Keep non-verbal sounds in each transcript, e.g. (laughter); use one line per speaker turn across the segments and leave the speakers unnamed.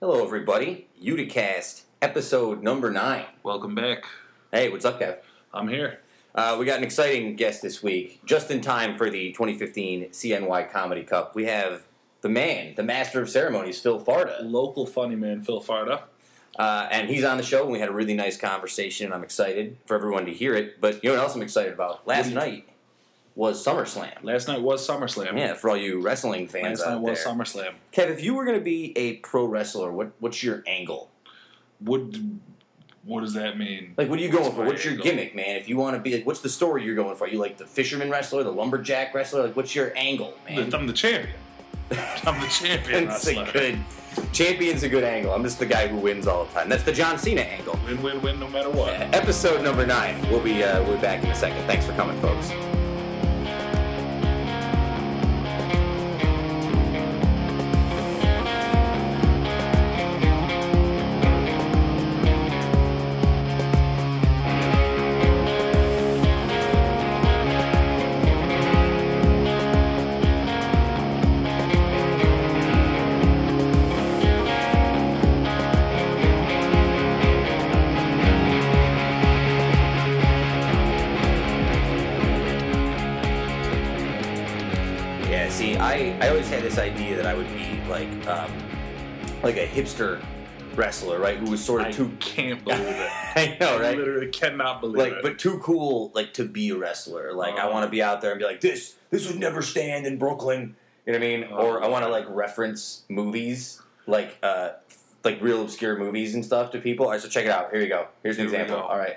Hello, everybody. Uticast, episode number nine.
Welcome back.
Hey, what's up, Kev?
I'm here.
Uh, we got an exciting guest this week, just in time for the 2015 CNY Comedy Cup. We have the man, the master of ceremonies, Phil Farda.
Local funny man Phil Farda.
Uh, and he's on the show, and we had a really nice conversation. and I'm excited for everyone to hear it. But you know what else I'm excited about? Last
Yeah.
night was SummerSlam.
Last night was SummerSlam.
Yeah, for all you wrestling fans
Last night
out
was
there.
SummerSlam.
Kev, if you were going to be a pro wrestler, what, what's your angle?
Would what does that mean?
Like, what are you going
What's
for?
my
What's your
angle?
gimmick, man? If you want to be, like, what's the story you're going for? Are you like the fisherman wrestler, the lumberjack wrestler? Like, what's your angle, man?
I'm the champion.
(laughs)
I'm the champion.
That's a
wrestler.
good champion's a good angle. I'm just the guy who wins all the time. That's the John Cena angle.
Win, win, win, no matter what.
Episode number nine. We'll be uh, we'll be back in a second. Thanks for coming, folks. Yeah. See, I I always had this idea that I would be like um, like a hipster wrestler, right? Who was sort
I
of too. (laughs)
can't believe it.
I know,
I
right?
literally cannot believe
like
it.
but too cool like to be a wrestler like i
Oh.
want to be out there and be like this this would never stand in brooklyn you know what i mean
Oh.
or i want to like reference movies like uh like real obscure movies and stuff to people all right so check it out here you go here's an
Here we
example
go.
all right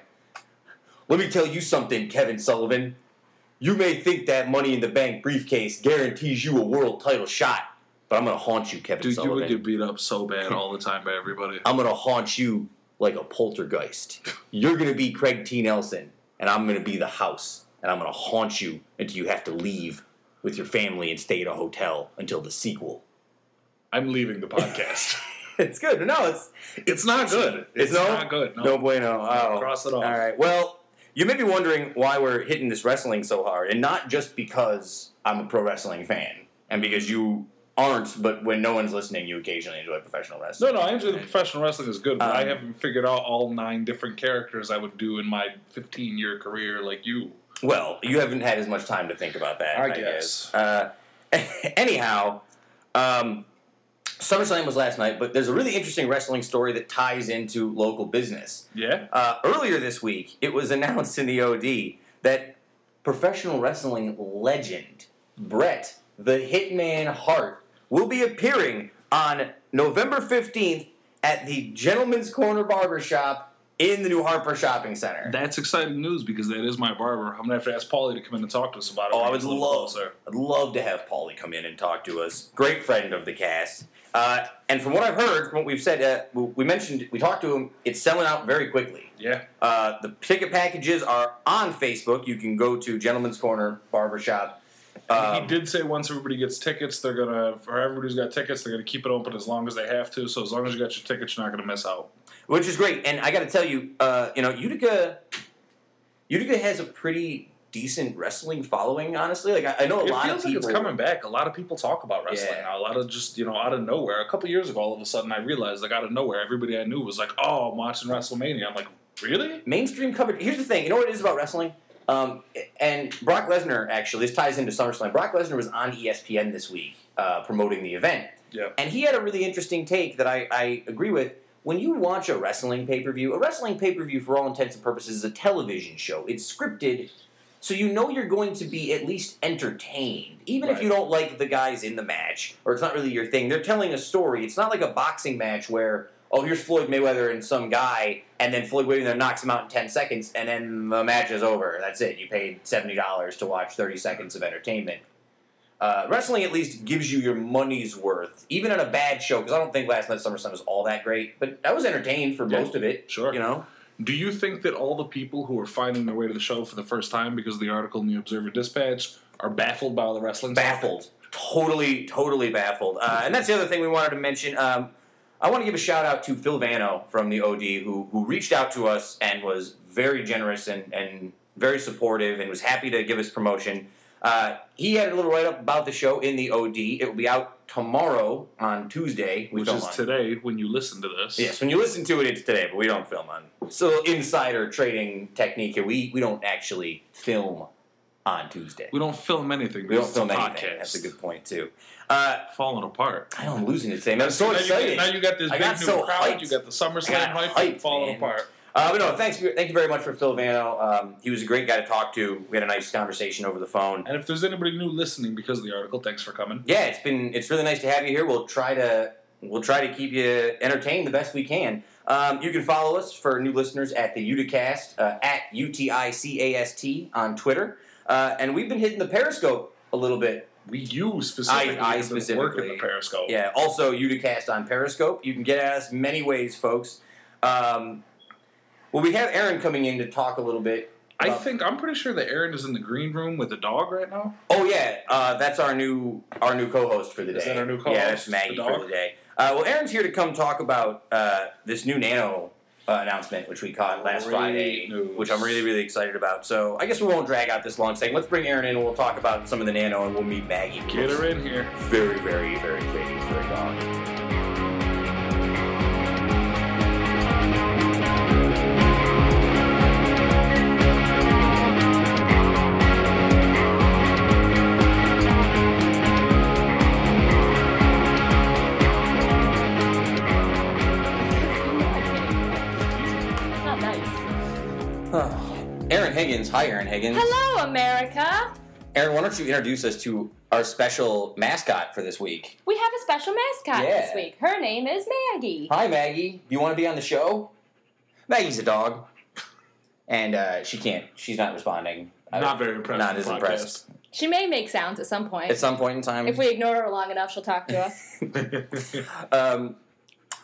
let me tell you something kevin sullivan you may think that money in the bank briefcase guarantees you a world title shot but i'm gonna haunt you kevin
Dude, you
sullivan
would get beat up so bad all the time by everybody.
I'm gonna haunt you like a poltergeist. You're gonna be Craig T. Nelson, and I'm gonna be the house, and I'm gonna haunt you until you have to leave with your family and stay at a hotel until the sequel.
I'm leaving
(laughs)
the podcast.
It's good. No, it's
it's not good.
It's no-
not good. No.
no bueno. Oh.
Cross it off.
All right. Well, you may be wondering why we're hitting this wrestling so hard, and not just because I'm a pro wrestling fan, and because you aren't, but when no one's listening, you occasionally enjoy professional
No,
wrestling.
no, I enjoy the professional wrestling is good, but I
Um,
haven't figured out all nine different characters I would do in my 15 year career like you.
Well, you haven't had as much time to think about that.
I
I, guess. Uh, (laughs) anyhow, um, SummerSlam was last night, but there's a really interesting wrestling story that ties into local business.
Yeah?
Uh, earlier this week, it was (laughs) announced in the OD that professional wrestling legend Brett the Hitman Hart will be appearing on November 15th at the Gentleman's Corner Barbershop in the New Harper Shopping Center.
That's exciting news because that is my barber. I'm going to have to ask Paulie to come in and talk to us about it.
Oh, I
when
would
he's a little
love,
closer.
I'd love to have Paulie come in and talk to us. Great friend of the cast. Uh, and from what I've heard, from what we've said, uh, we- we mentioned, we talked to him. It's selling out very quickly.
Yeah.
Uh, the ticket packages are on Facebook. You can go to Gentleman's Corner Barbershop.
he
Um,
did say once everybody gets tickets, they're going to, for everybody who's got tickets, they're going to keep it open as long as they have to. So as long as you got your tickets, you're not going to miss out.
which is great. And I got to tell you, uh, you know, Utica, Utica has a pretty decent wrestling following. Honestly, like I, I know a
it
lot
feels
of people.
like it's coming back. A lot of people talk about wrestling
Yeah.
now. A lot of just you know out of nowhere. A couple years ago, all of a sudden, I realized like out of nowhere, everybody I knew was like, "Oh, I'm watching WrestleMania." I'm like, "Really?"
mainstream coverage. Here's the thing. You know what it is about wrestling? Um, and Brock Lesnar actually. This ties into SummerSlam. Brock Lesnar was on E ESPN this week uh, promoting the event,
Yeah.
and he had a really interesting take that I, I agree with. When you watch a wrestling pay per view, a wrestling pay per view, for all intents and purposes, is a television show. It's scripted, so you know you're going to be at least entertained, even if
Right.
you don't like the guys in the match or it's not really your thing. They're telling a story. It's not like a boxing match where oh here's Floyd Mayweather and some guy, and then Floyd Mayweather knocks him out in ten seconds, and then the match is over. That's it. You paid seventy dollars to watch thirty seconds of entertainment. Uh, wrestling at least gives you your money's worth, even on a bad show. Because I don't think last night's SummerSlam was all that great, but I was entertained for
Yeah.
most of it.
Sure.
You know,
Do you think that all the people who are finding their way to the show for the first time because of the article in the Observer Dispatch are baffled by all the wrestling?
baffled, totally, totally baffled. Uh, and that's the other thing we wanted to mention. Um, I want to give a shout out to Phil Vano from the OD who who reached out to us and was very generous and and very supportive and was happy to give us promotion. Uh, Uh, he had a little write up about the show in the OD. It will be out tomorrow on Tuesday. We
which
film
is
on.
today when you listen to this.
Yes, when you listen to it, it's today, but we don't film on. So insider trading technique here. We we don't actually film on Tuesday.
We don't film anything.
We don't
because
film
it's a
anything.
podcast.
That's a good point too. Uh,
Falling apart.
I know I'm losing it today. man. I'm so
now, You,
excited.
now you got this
I
big
got
new
so
crowd.
hyped.
You got the SummerSlam
I got
hype
hyped,
falling
man.
apart.
Uh, but no, thanks. Thank you very much for Phil Vano. Um, he was a great guy to talk to. We had a nice conversation over the phone.
And if there's anybody new listening because of the article, thanks for coming.
Yeah, it's been it's really nice to have you here. We'll try to we'll try to keep you entertained the best we can. Um, you can follow us for new listeners at the Uticast uh, at U T I C A S T on Twitter, uh, and we've been hitting the Periscope a little bit
We you specifically
I
have been working
specifically.
the Periscope.
Yeah. Also, Uticast on Periscope. You can get at us many ways, folks. Um, well, we have Aaron coming in to talk a little bit.
I
about-
think I'm pretty sure that Aaron is in the green room with a dog right now.
Oh yeah, uh, that's our new our new co-host for the day.
Is that our new
Yeah,
co-host,
that's Maggie
the
for
dog?
the day. Uh, well, Aaron's here to come talk about uh, this new Nano uh, announcement, which we caught last
Great
Friday,
news.
which I'm really really excited about. So I guess we won't drag out this long segment. Let's bring Aaron in, and we'll talk about some of the Nano, and we'll meet Maggie.
Get her in here.
Very very very creative for a dog.
It's not Oh, nice.
(sighs) Aaron Higgins. Hi, Aaron Higgins.
Hello, America.
Aaron, why don't you introduce us to our special mascot for this week?
We have a special mascot
Yeah.
this week. Her name is Maggie.
Hi, Maggie. Do you want to be on the show? Maggie's a dog, and uh, she can't. She's not responding. I-
Not very impressed.
Not
with
as
the podcast.
impressed.
She may make sounds at some point.
At some point in time,
if we ignore her long enough, she'll talk to
(laughs)
us.
um,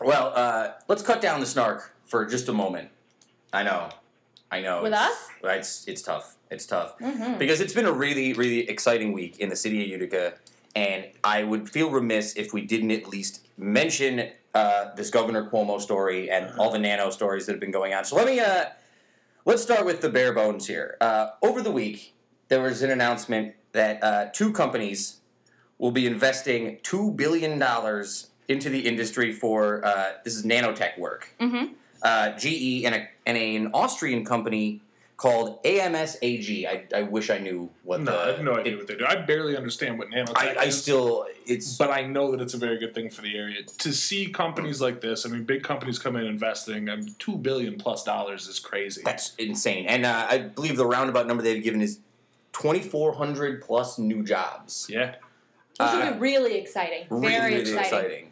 well, uh, let's cut down the snark for just a moment. I know, I know.
With
it's,
us?
it's it's tough. It's tough.
Mhm.
because it's been a really really exciting week in the city of utica and i would feel remiss if we didn't at least mention uh, this governor cuomo story and all the nano stories that have been going on so let me uh, let's start with the bare bones here uh, over the week there was an announcement that uh, two companies will be investing $2 billion into the industry for uh, this is nanotech work
Mhm.
uh, GE and, a, and an Austrian company called AMS AG. I, I wish I knew what
No, I
the.
have no idea
it-
what they do. I barely understand what nanotech
I, I
is.
still it's
but I know that it's a very good thing for the area to see companies like this. I mean, big companies come in investing. I mean, two billion plus dollars is crazy.
that's insane, and uh, I believe the roundabout number they've given is twenty four hundred plus new jobs.
Yeah,
This
Uh,
will be really exciting. Very
really, really
exciting.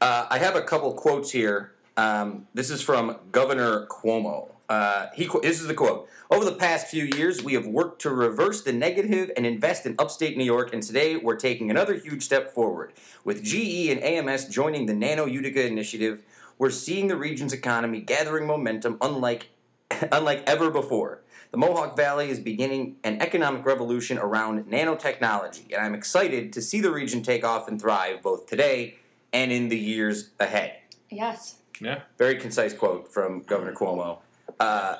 Uh, I have a couple quotes here. Um, this is from Governor Cuomo. Uh, he qu- this is the quote. Over the past few years, we have worked to reverse the negative and invest in upstate New York, and today we're taking another huge step forward. With GE and AMS joining the Nano Utica initiative, we're seeing the region's economy gathering momentum unlike (coughs) unlike ever before. The Mohawk Valley is beginning an economic revolution around nanotechnology, and I'm excited to see the region take off and thrive both today and in the years ahead.
Yes.
yeah.
Very concise quote from Governor Cuomo. Uh,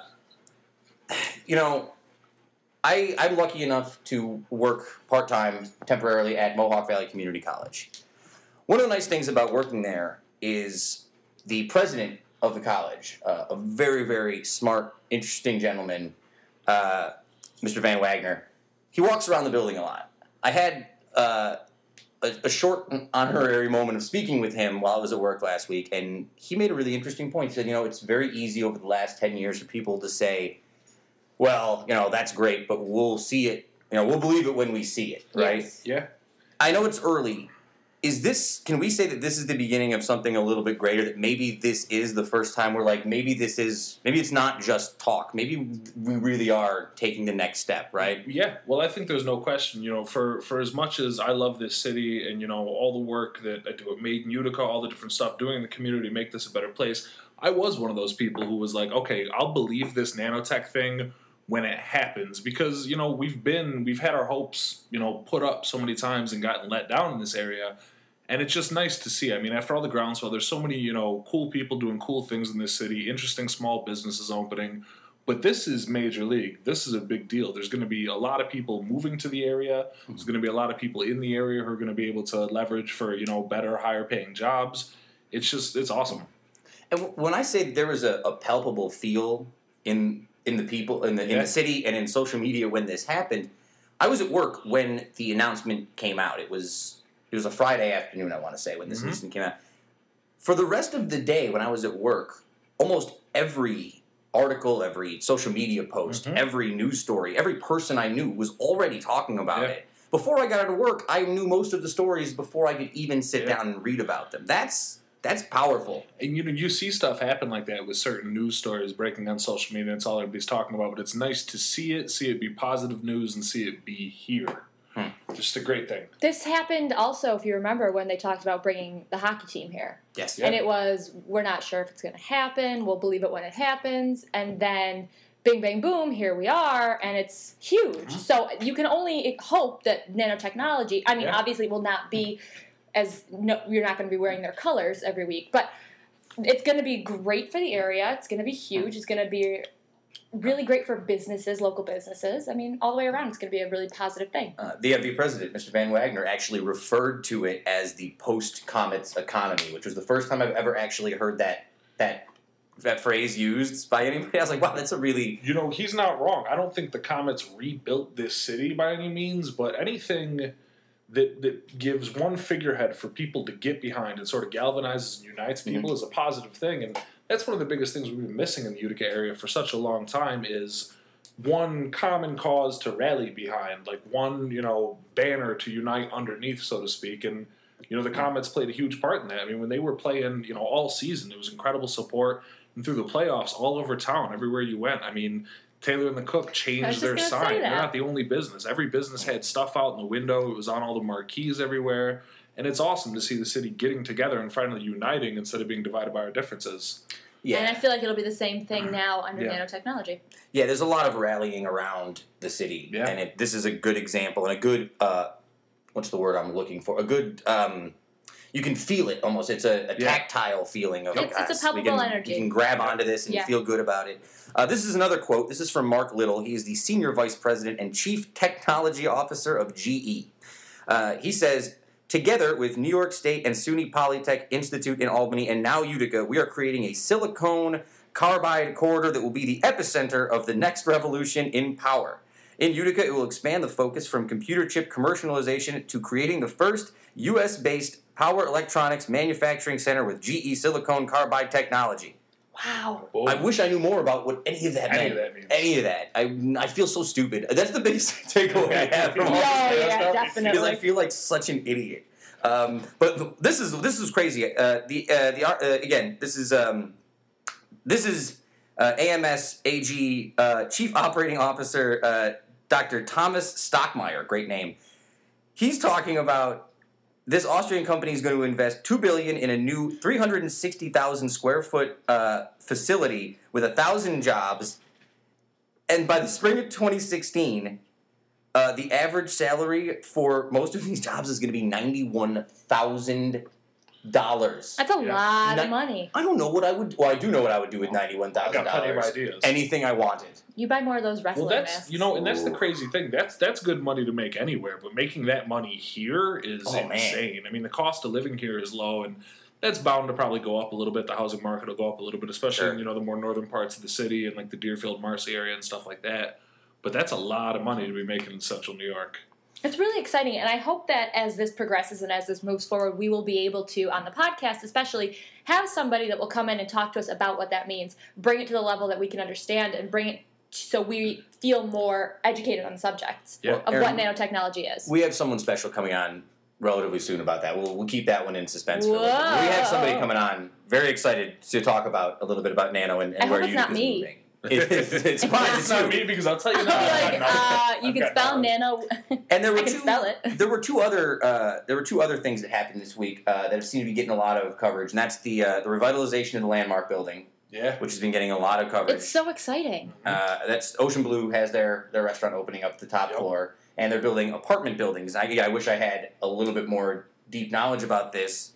(sighs) you know, I, I'm lucky enough to work part time temporarily at Mohawk Valley Community College. One of the nice things about working there is the president of the college, uh, a very, very smart, interesting gentleman, uh, Mr. Van Wagner. He walks around the building a lot. I had uh, a, a short and honorary moment of speaking with him while I was at work last week, and he made a really interesting point. He said, You know, it's very easy over the last 10 years for people to say, Well, you know, that's great, but we'll see it. You know, we'll believe it when we see it, right?
Yes.
Yeah.
I know it's early. Is this? Can we say that this is the beginning of something a little bit greater? That maybe this is the first time we're like, maybe this is, maybe it's not just talk. Maybe we really are taking the next step, right?
Yeah, well, I think there's no question. You know, for for as much as I love this city and you know all the work that I do at Made in Utica, all the different stuff doing in the community to make this a better place, I was one of those people who was like, okay, I'll believe this nanotech thing when it happens because you know we've been we've had our hopes you know put up so many times and gotten let down in this area. And it's just nice to see. I mean, after all the groundswell, there's so many, you know, cool people doing cool things in this city, interesting small businesses opening But this is major league. This is a big deal. There's going to be a lot of people moving to the area. There's going to be a lot of people in the area who are going to be able to leverage for you know better, higher paying jobs. It's just it's awesome.
And w- when I say there was a, a palpable feel in in the people in the in
Yeah.
the city and in social media when this happened, I was at work when the announcement came out. It was it was a Friday afternoon, I want to say, when this
Mhm.
announcement came out. For the rest of the day, when I was at work, almost every article, every social media post,
Mhm.
every news story, every person I knew was already talking about
Yeah.
it. Before I got out of work, I knew most of the stories before I could even sit
Yeah.
down and read about them. That's that's powerful.
And you know you see stuff happen like that with certain news stories breaking on social media. That's all everybody's talking about. But it's nice to see it, see it be positive news, and see it be here.
Hmm.
Just a great thing.
This happened also, if you remember, when they talked about bringing the hockey team here.
Yes.
Yeah.
And it was, we're not sure if it's going to happen. We'll believe it when it happens. And then, bing, bang, boom, here we are. And it's huge.
Uh-huh.
So you can only hope that nanotechnology, I mean,
Yeah.
obviously, it will not be as, no, you're not going to be wearing their colors every week. But it's going to be great for the area. It's going to be huge. It's going to be really great for businesses, local businesses. I mean, all the way around, it's going to be a really positive thing.
Uh, the MV president, Mr. Van Wagner, actually referred to it as the post-comets economy, which was the first time I've ever actually heard that that that phrase used by anybody. (laughs) I was like, wow, that's a really
You know, he's not wrong. I don't think the Comets rebuilt this city by any means, but anything that that gives one figurehead for people to get behind and sort of galvanizes and unites people is a positive thing. And that's one of the biggest things we've been missing in the Utica area for such a long time is one common cause to rally behind, like one, you know, banner to unite underneath, so to speak. And you know, the Comets played a huge part in that. I mean, when they were playing, you know, all season, it was incredible support. And through the playoffs, all over town, everywhere you went. I mean, Taylor and the Cook
I was
changed
just
their
gonna say
sign. They're
that.
not the only business. Every business had stuff out in the window. It was on all the marquees everywhere. And it's awesome to see the city getting together and finally uniting instead of being divided by our differences.
And I
yeah,
feel like it'll be the same thing now under
Uh-huh. Yeah.
nanotechnology.
yeah. There's a lot of rallying around the city,
Yeah.
and it, this is a good example and a good uh, what's the word I'm looking for? A good um, you can feel it almost. It's a, a
Yeah.
tactile feeling of
It's-
"Ah,
it's a
s- we
palpable
can,
energy."
You can grab onto this and
Yeah.
feel good about it. Uh, this is another quote. This is from Mark Little. He is the senior vice president and chief technology officer of GE. Uh, he says, Together with New York State and SUNY Polytech Institute in Albany and now Utica, we are creating a silicone carbide corridor that will be the epicenter of the next revolution in power. In Utica, it will expand the focus from computer chip commercialization to creating the first U.S. based power electronics manufacturing center with GE silicone carbide technology.
Wow.
Boom.
I wish I knew more about what any of that
Any
meant.
of that means.
Any of that. I, I feel so stupid. That's the biggest (laughs) takeaway I have from all this
Yeah,
chaos
yeah,
stuff, Because
definitely.
I feel like such an idiot. Um, but th- this is this is crazy. Uh, the uh, the ar- uh, again, this is um, this is uh, AMS AG uh, Chief Operating Officer uh, Dr. Thomas Stockmeyer, great name. He's talking about this Austrian company is going to invest two billion in a new three hundred and sixty thousand square foot uh, facility with a thousand jobs, and by the spring of twenty sixteen. Uh, the average salary for most of these (laughs) jobs is going to be ninety-one thousand dollars.
That's a
Yeah.
lot
Ni-
of money.
I don't know what I would. Well, I do know what I would do with ninety-one
I've
thousand
got plenty of
dollars.
ideas.
Anything I wanted.
You buy more of those wrestling
well, that's
masks.
you know, and that's the
Ooh.
crazy thing. That's that's good money to make anywhere, but making that money here is
Oh, man.
insane. I mean, the cost of living here is low, and that's bound to probably go up a little bit. The housing market will go up a little bit, especially
Sure.
in you know the more northern parts of the city and like the Deerfield, Marcy area, and stuff like that. But that's a lot of money to be making in Central New York.
It's really exciting, and I hope that as this progresses and as this moves forward, we will be able to, on the podcast especially, have somebody that will come in and talk to us about what that means, bring it to the level that we can understand, and bring it so we feel more educated on the subject
Yeah.
of
Aaron,
what nanotechnology is.
we have someone special coming on relatively soon about that. We'll, we'll keep that one in suspense for a little bit.
Whoa.
We have somebody coming on. Very excited to talk about a little bit about Nano and, and
I hope
where
it's
you
not me.
moving.
(laughs)
It is- it's fine.
It's
it's
not
you.
me because I'll tell you
(laughs)
(laughs)
I'll be
now.
(laughs)
I've
(laughs)
got
like,
nothing.
uh, you
I've
can
got
spell
nothing.
nano. (laughs)
And there were
I can
two.
spell it.
There were two other. Uh, there were two other things that happened this week uh, that seem to be getting a lot of coverage, and that's the uh, the revitalization of the landmark building,
Yeah.
which has been getting a lot of coverage.
It's so exciting.
Uh, that's Ocean Blue has their their restaurant opening up the top
Yep.
floor, and they're building apartment buildings. I, yeah, I wish I had a little bit more deep knowledge about this.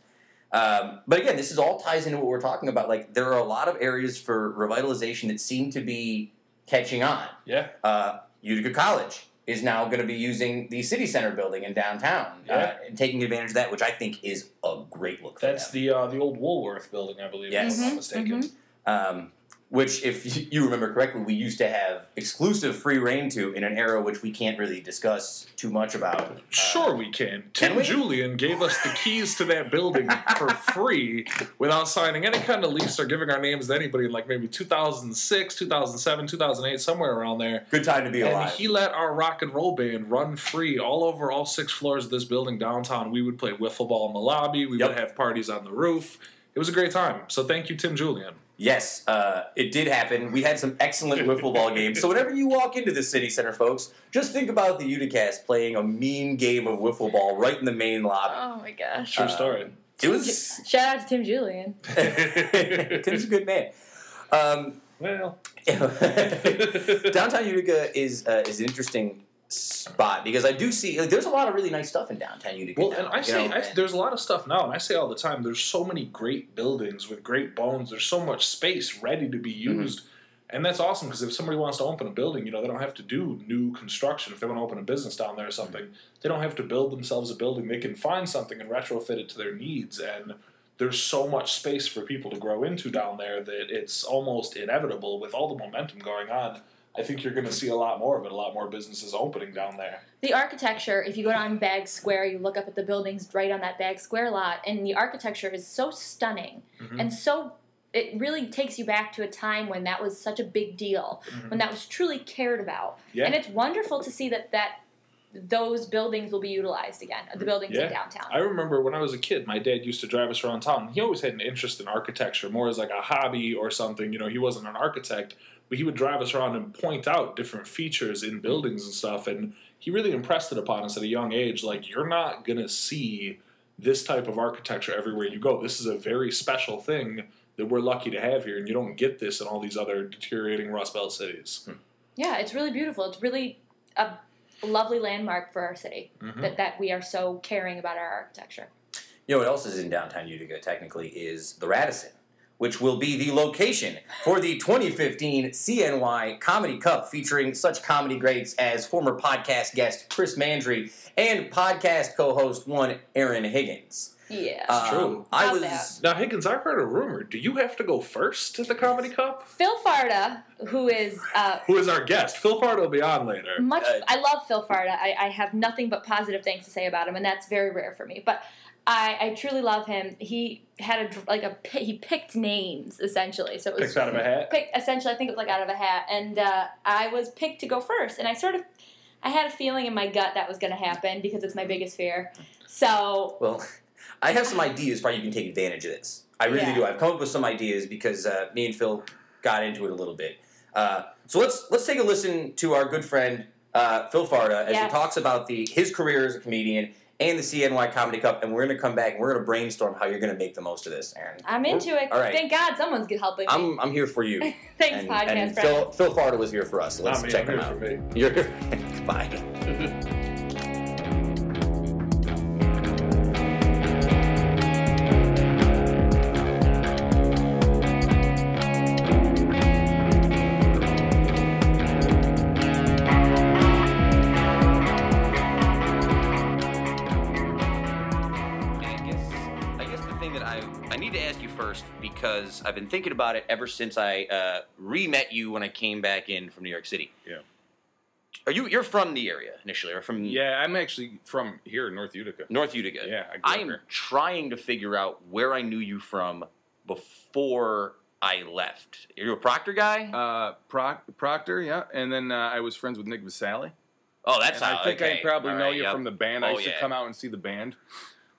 Um, but again, this is all ties into what we're talking about. Like there are a lot of areas for revitalization that seem to be catching on.
Yeah.
Uh, Utica College is now going to be using the city center building in downtown
Yeah.
uh, and taking advantage of that, which I think is a great look. For
That's
them.
the uh, the old Woolworth building, I believe,
Yes.
if I'm
Mhm,
not mistaken.
Um, which, if (laughs) y- you remember correctly, we used to have exclusive free reign to in an era which we can't really discuss too much about. Uh,
Sure, we can.
can
Tim
we?
Julian gave us the keys to that building
(laughs)
for free without signing any kind of lease or giving our names to anybody in like maybe 2006, 2007, 2008, somewhere around there.
Good time to be
And
alive.
he let our rock and roll band run free all over all six floors of this building downtown. We would play wiffle ball in the lobby, we
Yep.
would have parties on the roof. It was a great time. So thank you, Tim Julian.
Yes, uh, it did happen. We had some excellent (laughs) wiffle ball games. So whenever you walk into the city center, folks, just think about the Uticast playing a mean game of wiffle ball right in the main lobby.
Oh my gosh.
True
Uh,
story.
It
(laughs)
was (laughs)
Shout out to Tim Julian.
Tim's a good man. Um,
Well,
(laughs) downtown Utica is uh, is an interesting spot because I do see like, there's a lot of really nice stuff in downtown Utica.
Well,
now,
and I
you
say
know?
I, there's a lot of stuff now, and I say all the time, there's so many great buildings with great bones. There's so much space ready to be used, and that's awesome because if somebody wants to open a building, you know, they don't have to do new construction. If they want to open a business down there or something, they don't have to build themselves a building. They can find something and retrofit it to their needs. And there's so much space for people to grow into down there that it's almost inevitable with all the momentum going on. I think you're going to see a lot more of it, a lot more businesses opening down there.
The architecture, if you go down Bag Square, you look up at the buildings right on that Bag Square lot, and the architecture is so stunning
Mhm.
and so it really takes you back to a time when that was such a big deal,
Mhm.
when that was truly cared about.
Yeah.
And it's wonderful to see that that those buildings will be utilized again, the buildings
Mm-hmm. Yeah.
in downtown.
I remember when I was a kid, my dad used to drive us around town. He always had an interest in architecture, more as like a hobby or something. You know, he wasn't an architect, but he would drive us around and point out different features in buildings and stuff. And he really impressed it upon us at a young age. Like, you're not going to see this type of architecture everywhere you go. This is a very special thing that we're lucky to have here, and you don't get this in all these other deteriorating Rust Belt cities.
yeah, it's really beautiful. It's really a lovely landmark for our city
Mhm.
that, that we are so caring about our architecture.
You know what else is in downtown Utica technically is the Radisson, which will be the location for the 2015 CNY Comedy Cup featuring such comedy greats as former podcast guest Chris Mandry and podcast co-host one Aaron Higgins.
Yeah.
Um,
true.
I
Love
was
that.
Now, Higgins, I heard a rumor. Do you have to go first to the Comedy Cup?
Phil Farda, who is uh,
Who is our guest? Phil Fardo will be on later.
(laughs) much
Uh,
I love Phil Farda. I, I have nothing but positive things to say about him, and that's very rare for me. But I, I truly love him. He had a dr- like a pi- he picked names essentially, so it was
picked out of a hat.
pick, essentially I think it was like out of a hat, and uh, I was picked to go first, and I sort of I had a feeling in my gut that was going to happen because it's my biggest fear. So
well, (laughs) I have some ideas for how you can take advantage of this. I really
Yeah.
do. I've come up with some ideas because uh, me and Phil got into it a little bit. Uh, so let's let's take a listen to our good friend uh, Phil Farda as he
Yes.
talks about the his career as a comedian and the CNY Comedy Cup, and we're going to come back and we're going to brainstorm how you're going to make the most of this, Aaron.
I'm into it.
All right.
Thank God someone's helping me.
I'm I'm here for you.
(laughs) Thanks,
and,
podcast
and
friends.
Phil Phil Farda was here for us. So let's
Not me,
check
I'm
him
here
out.
for me.
You're (laughs) bye. I guess I guess the thing that I I need to ask you first because I've been thinking about it ever since I uh, re-met you when I came back in from New York City.
Yeah.
Are you you're from the area initially or from
Yeah, I'm actually from here in North Utica.
North Utica?
Yeah, I, grew
I
up
am
here.
trying to figure out where I knew you from before I left. Are you a Proctor guy?
Uh, Proc- Proctor, yeah, and then uh, I was friends with Nick Vasali.
oh, that's
And
how.
I think
okay.
I probably
All
know
right,
you
yeah.
from the band. I
Oh,
used to
yeah.
come out and see the band.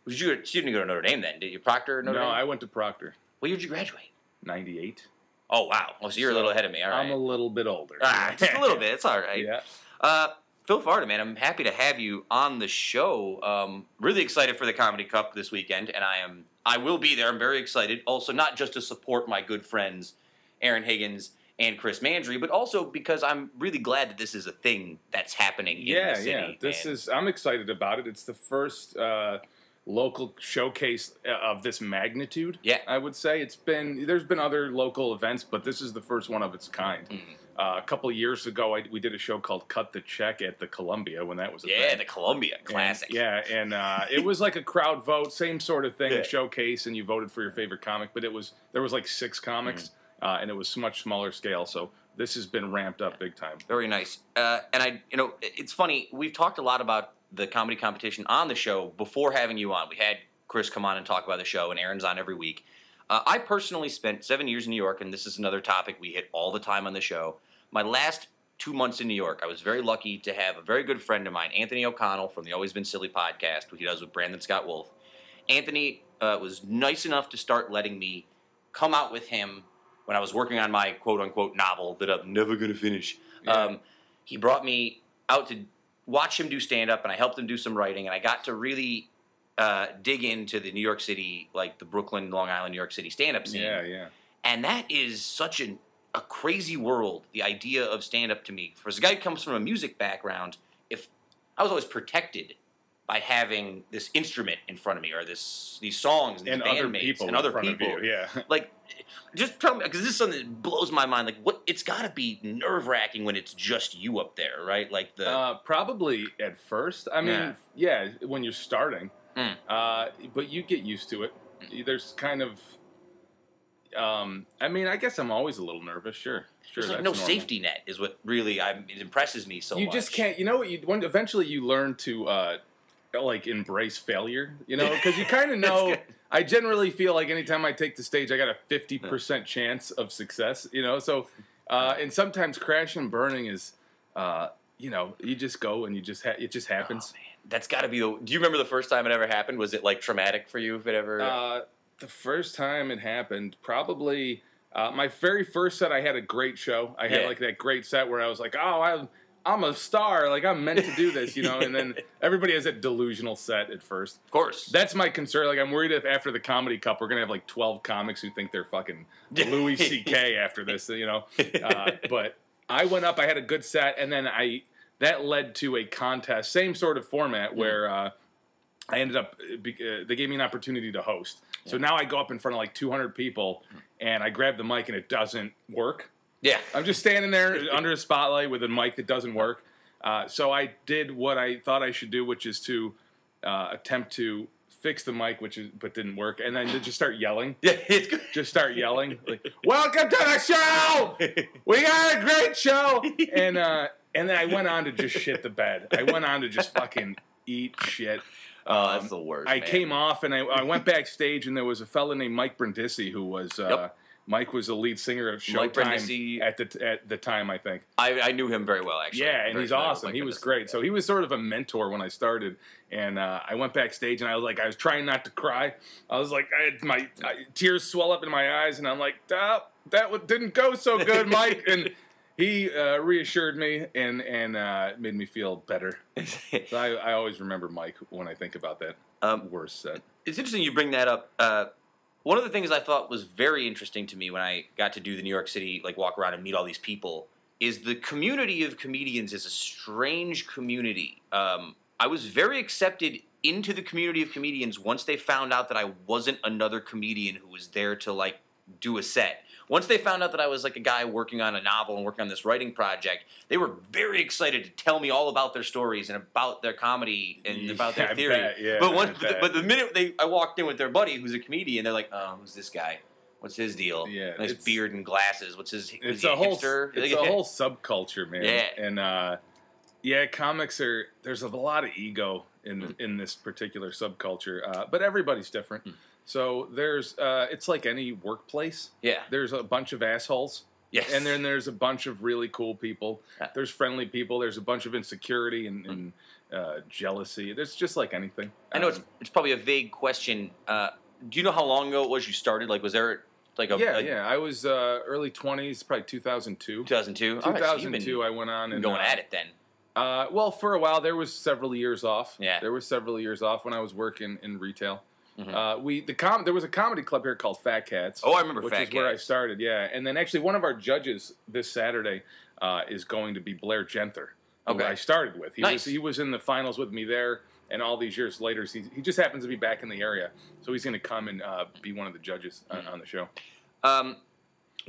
Was you, you didn't go to Notre Dame then, did you? Proctor or Notre
no,
Dame?
I went to Proctor,
Well, year did you graduate?
'98.
Oh wow. Well, so you're a
So,
little ahead of me. All right.
I'm a little bit older.
ah, (laughs) just a little bit. It's all right.
Yeah.
Uh, Phil Farda, man, I'm happy to have you on the show. Um, really excited for the Comedy Cup this weekend, and I am I will be there. I'm very excited. Also, not just to support my good friends Aaron Higgins and Chris Mandry, but also because I'm really glad that this is a thing that's happening. in
Yeah,
the city,
yeah. This
man.
is I'm excited about it. It's the first uh, local showcase uh, of this magnitude.
Yeah.
I would say it's been there's been other local events, but this is the first one of its kind.
Mm.
Uh, a couple years ago, I, we did a show called "Cut the Check" at the Columbia when that was a
Yeah,
thing.
the Columbia classic.
And, yeah, and uh, it was like a crowd vote, same sort of thing,
Yeah.
a showcase, and you voted for your favorite comic. But it was there was like six
Mm.
comics, uh, and it was much smaller scale. So this has been ramped up big time.
Very nice. Uh, and I, you know, it- it's funny. We've talked a lot about the comedy competition on the show before having you on. We had Chris come on and talk about the show, and Aaron's on every week. Uh, I personally spent seven years in New York, and this is another topic we hit all the time on the show. My last two months in New York, I was very lucky to have a very good friend of mine, Anthony O'Connell from the Always Been Silly podcast, who he does with Brandon Scott Wolf. Anthony uh, was nice enough to start letting me come out with him when I was working on my quote unquote novel that I'm never going to finish. Um, he brought me out to watch him do stand up, and I helped him do some writing, and I got to really uh, dig into the New York City, like the Brooklyn, Long Island, New York City stand up scene.
Yeah, yeah.
And that is such an, a crazy world, the idea of stand up to me. For as a guy who comes from a music background, if I was always protected by having this instrument in front of me or this these songs and, these
And other
bandmates
people
and
in
other
front
people
of you. Yeah.
(laughs) like just tell me because this is something that blows my mind like what it's got to be nerve wracking when it's just you up there right like the
Uh, probably at first. I mean, yeah, when you're starting.
Mm.
Uh, but you get used to it. There's kind of. Um, I mean, I guess I'm always a little nervous. Sure, sure.
there's like
that's
no
normal.
safety net is what really I'm, it impresses me so
you
much
just can't. You know what? You when eventually you learn to uh, like embrace failure. You know, because you
(laughs)
kind of know.
good.
I generally feel like anytime I take the stage, I got a fifty percent chance of success. You know, so uh, and sometimes crashing and burning is. Uh, you know, you just go and you just ha- it just happens.
that's got to be the do you remember the first time it ever happened was it like traumatic for you if it ever
Uh, the first time it happened, probably uh, my very first set. I had a great show. I had
Yeah.
like that great set where I was like, "Oh, I'm I'm a star. Like I'm meant to do this," you know.
(laughs)
And then everybody has that delusional set at first.
of course
That's my concern. Like I'm worried if after the comedy cup we're gonna have like 12 comics who think they're fucking Louis C.K. after this, you know. Uh, but I went up. I had a good set, and then I that led to a contest, same sort of format where. Uh, I ended up. uh, be- Uh, they gave me an opportunity to host, so now I go up in front of like 200 people, and I grab the mic, and it doesn't work.
yeah (laughs)
I'm just standing there under a spotlight with a mic that doesn't work. Uh, so I did what I thought I should do, which is to uh, attempt to fix the mic, which is but didn't work, and then to just start yelling.
yeah it's good
Just start yelling,
(laughs)
like, "Welcome to the show! We got a great show!" And uh, and then I went on to just shit the bed. I went on to just fucking eat shit.
oh that's the worst
Um, I
man.
came off and I, I went backstage, and there was a fella named Mike Brindisi who was uh,
Yep.
Mike was the lead singer of
Mike
Showtime
Brindisi.
at the at the time, I think.
I, I knew him very well actually
Yeah, and
Very
he's
familiar with
awesome.
Mike
He was
Mendes.
great. So he was sort of a mentor when I started, and uh, I went backstage and I was like, I was trying not to cry. I was like, I had my I, tears swell up in my eyes, and I'm like, ah, that one didn't go so
(laughs)
good, Mike. and he uh, reassured me and and uh, made me feel better. So I, I always remember Mike when I think about that
(laughs) Um,
worst set.
it's interesting you bring that up. Uh, one of the things I thought was very interesting to me when I got to do the New York City like walk around and meet all these people is the community of comedians is a strange community. Um, I was very accepted into the community of comedians once they found out that I wasn't another comedian who was there to like do a set. Once they found out that I was like a guy working on a novel and working on this writing project, they were very excited to tell me all about their stories and about their comedy and about
Yeah,
their
(laughs) I
theory.
bet, yeah,
but
I
once, but the,
bet.
but the minute they, I walked in with their buddy who's a comedian, they're like, "Oh, who's this guy? What's his deal?
Yeah,
nice
it's-
beard and glasses. What's his?
it's
is he
a whole
hipster? (laughs)
it's a whole subculture, man.
Yeah.
and uh, yeah, comics are there's a lot of ego in
Mm-hmm.
in this particular subculture, uh, but everybody's different.
Mm.
So there's uh, it's like any workplace.
yeah,
There's a bunch of assholes,
yes.
and then there's a bunch of really cool people.
Yeah. Mm.
There's friendly people. There's a bunch of insecurity and, and uh, jealousy. There's just like anything.
I know it's
Um,
it's probably a vague question. Uh, do you know how long ago it was you started? Like, was there like a
yeah,
like
yeah. I was uh, early 20s, probably 2002.
2002?
2002, I went on and
going
uh,
at it then.
Uh, well, for a while there was several years off.
Yeah.
there was several years off when I was working in retail.
Mhm.
Uh, we the com there was a comedy club here called Fat Cats,
Oh, I remember
which
Fat
is where I
Cats.
started. Yeah, and then actually one of our judges this Saturday uh, is going to be Blair Genther, who
Okay.
I started with. He
Nice.
was he was in the finals with me there, And all these years later, he, he just happens to be back in the area, so he's going to come and uh, be one of the judges
Mm-hmm.
on, on the show.
Um,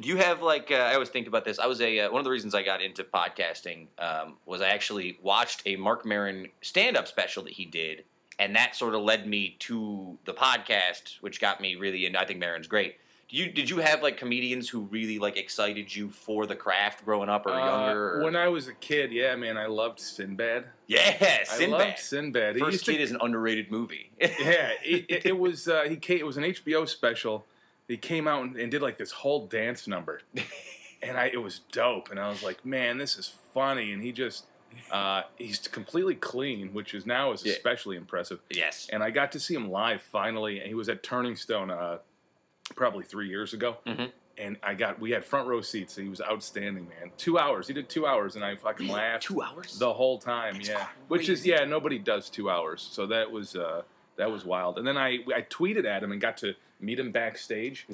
do you have like uh, I always think about this? I was a uh, one of the reasons I got into podcasting um, was I actually watched a Mark Marin stand-up special that he did, and that sort of led me to the podcast, which got me really into. I think Marin's great. Do you did you have like comedians who really like excited you for the craft growing up or
Uh,
younger? Or?
when I was a kid, yeah, man, I loved Sinbad.
yeah,
I
Sinbad.
loved Sinbad. He
First
used to
Kid is an underrated movie. (laughs)
yeah, it, it, it was uh, he came, it was an HBO special. He came out and, and did like this whole dance number, and I it was dope. And I was like, man, this is funny. And he just uh, he's completely clean, which is now is
Yeah.
especially impressive.
yes.
And I got to see him live finally. And he was at Turning Stone uh, probably three years ago.
Mhm.
And I got we had front row seats. And he was outstanding, man. Two hours. He did two hours, and
(laughs)
I fucking laughed
Two hours.
the whole time
That's
yeah which is
crazy.
yeah nobody does two hours so that was uh that was wild and then i i tweeted at him and got to meet him
(laughs)
backstage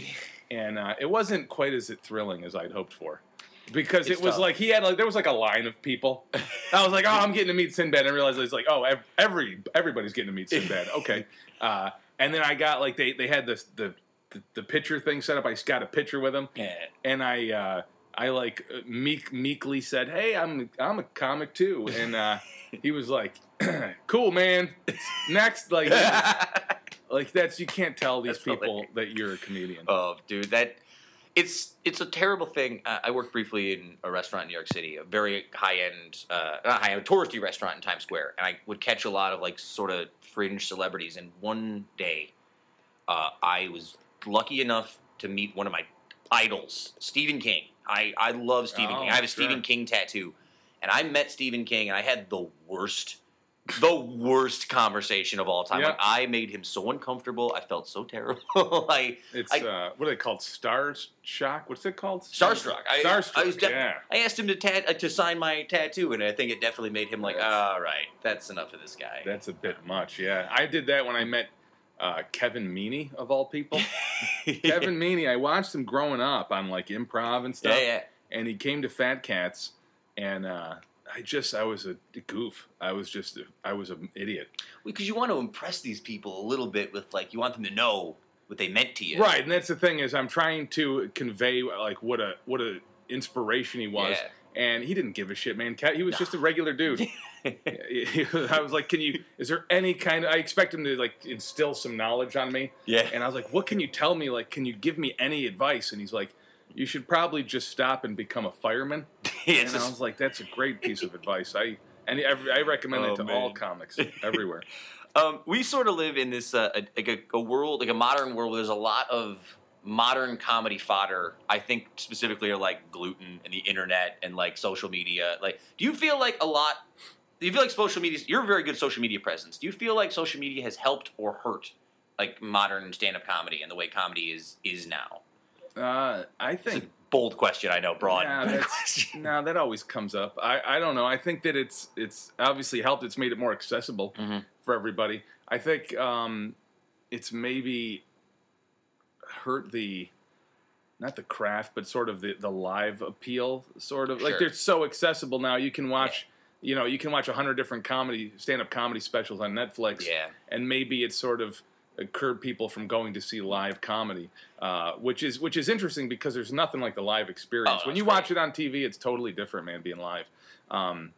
and uh, it wasn't quite as thrilling as i'd hoped for because
It's
it was
tough.
like he had like there was like a line of people i was like oh i'm getting to meet sinbad and I realized it's like oh ev- every everybody's getting to
(laughs)
meet sinbad okay uh and then i got like they they had this the the, the picture thing set up i got a picture with him
yeah.
(laughs) and I uh, I like meek meekly said, "Hey, I'm I'm a comic too,"
(laughs)
and uh, he was like, (clears throat) "Cool, man. Next,
(laughs)
like like that's you can't tell these
That's
people that you're a comedian."
Oh, dude, that it's it's a terrible thing. Uh, I worked briefly in a restaurant in New York City, a very high end, uh, not high end, touristy restaurant in Times Square, and I would catch a lot of like sort of fringe celebrities. And one day, uh, I was lucky enough to meet one of my idols, Stephen King. I I love Stephen
Oh,
King. I have a
sure.
Stephen King tattoo, and I met Stephen King, and I had the worst. The worst conversation of all time.
Yeah.
Like I made him so uncomfortable. I felt so terrible. (laughs) I
It's
I-
uh, what are they called? Stars shock? What's it called?
Starstruck. I-
Starstruck.
I was de-
yeah.
I asked him to tat- uh, to sign my tattoo, and I think it definitely made him like,
That's-
all right, that's enough of this guy. (laughs)
That's a bit much, yeah. I did that when I met uh, Kevin Meaney, of
(laughs)
all people. Kevin Meaney, I watched him growing up on like improv and stuff.
yeah, yeah.
and he came to Fat Cats, and uh, I just I was a goof. I was just I was an idiot.
Because you want to impress these people a little bit with like, you want them to know what they meant to you,
Right, and that's the thing is I'm trying to convey like what a what a inspiration he was,
Yeah. (laughs)
and he didn't give a shit, man. Ca- He was
No.
just a regular dude. (laughs) I was like, can you? Is there any kind of? I expect him to like instill some knowledge on me,
Yeah.
and I was like, what can you tell me? Like, can you give me any advice? And he's like. You should probably just stop and become a fireman.
it's
and I
just-
was like, "That's a great piece of advice." I and I, I recommend
Oh,
it to
man.
all
(laughs)
comics everywhere.
um, we sort of live in this uh, a, like a, a world, like a modern world. Where there's a lot of modern comedy fodder. I think specifically are like gluten and the internet and like social media. Like, do you feel like a lot? Do you feel like social media? You're a very good social media presence. Do you feel like social media has helped or hurt like modern stand-up comedy and the way comedy is is now?
Uh, I
It's a
think
bold question. I know, broad.
Yeah, that's- (laughs) no, that always comes up. I, I don't know. I think that it's it's obviously helped. It's made it more accessible
Mhm.
for everybody. I think um, it's maybe hurt the not the craft, but sort of the the live appeal. Sort of like
Sure.
they're so accessible now. You can watch. You know, you can watch a hundred different comedy, stand-up comedy specials on Netflix.
yeah.
and maybe it's sort of curb people from going to see live comedy, uh, which is which is interesting because there's nothing like the live experience.
Oh,
when
that's
you watch it on TV, it's totally different, man, being live. Um,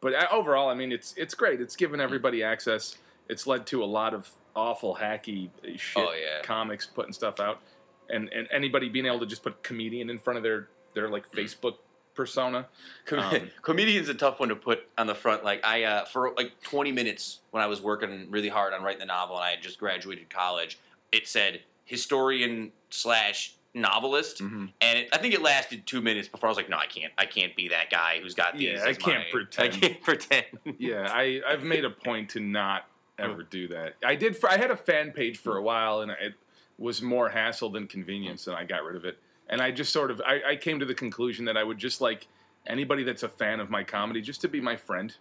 but uh, overall, I mean, it's it's great. It's
Mm.
given everybody access. It's led to a lot of awful hacky uh, shit
Oh, yeah.
comics putting stuff out, and and anybody being able to just put comedian in front of their their like
Mm.
Facebook persona.
Com-
Um,
(laughs) comedian's a tough one to put on the front. Like I, uh, for like 20 minutes when I was working really hard on writing the novel, and I had just graduated college, it said historian slash
Mm.
novelist, and it, I think it lasted two minutes before I was like, no, I can't, I can't be that guy who's got these.
Yeah, I
as
can't
my- (laughs)
pretend.
I can't pretend.
yeah, I I've made a point to not ever do that. I did. For, I had a fan page for a while, and it was more hassle than convenience, and I got rid of it. And I just sort of I, I came to the conclusion that I would just like anybody that's a fan of my comedy just to be my friend.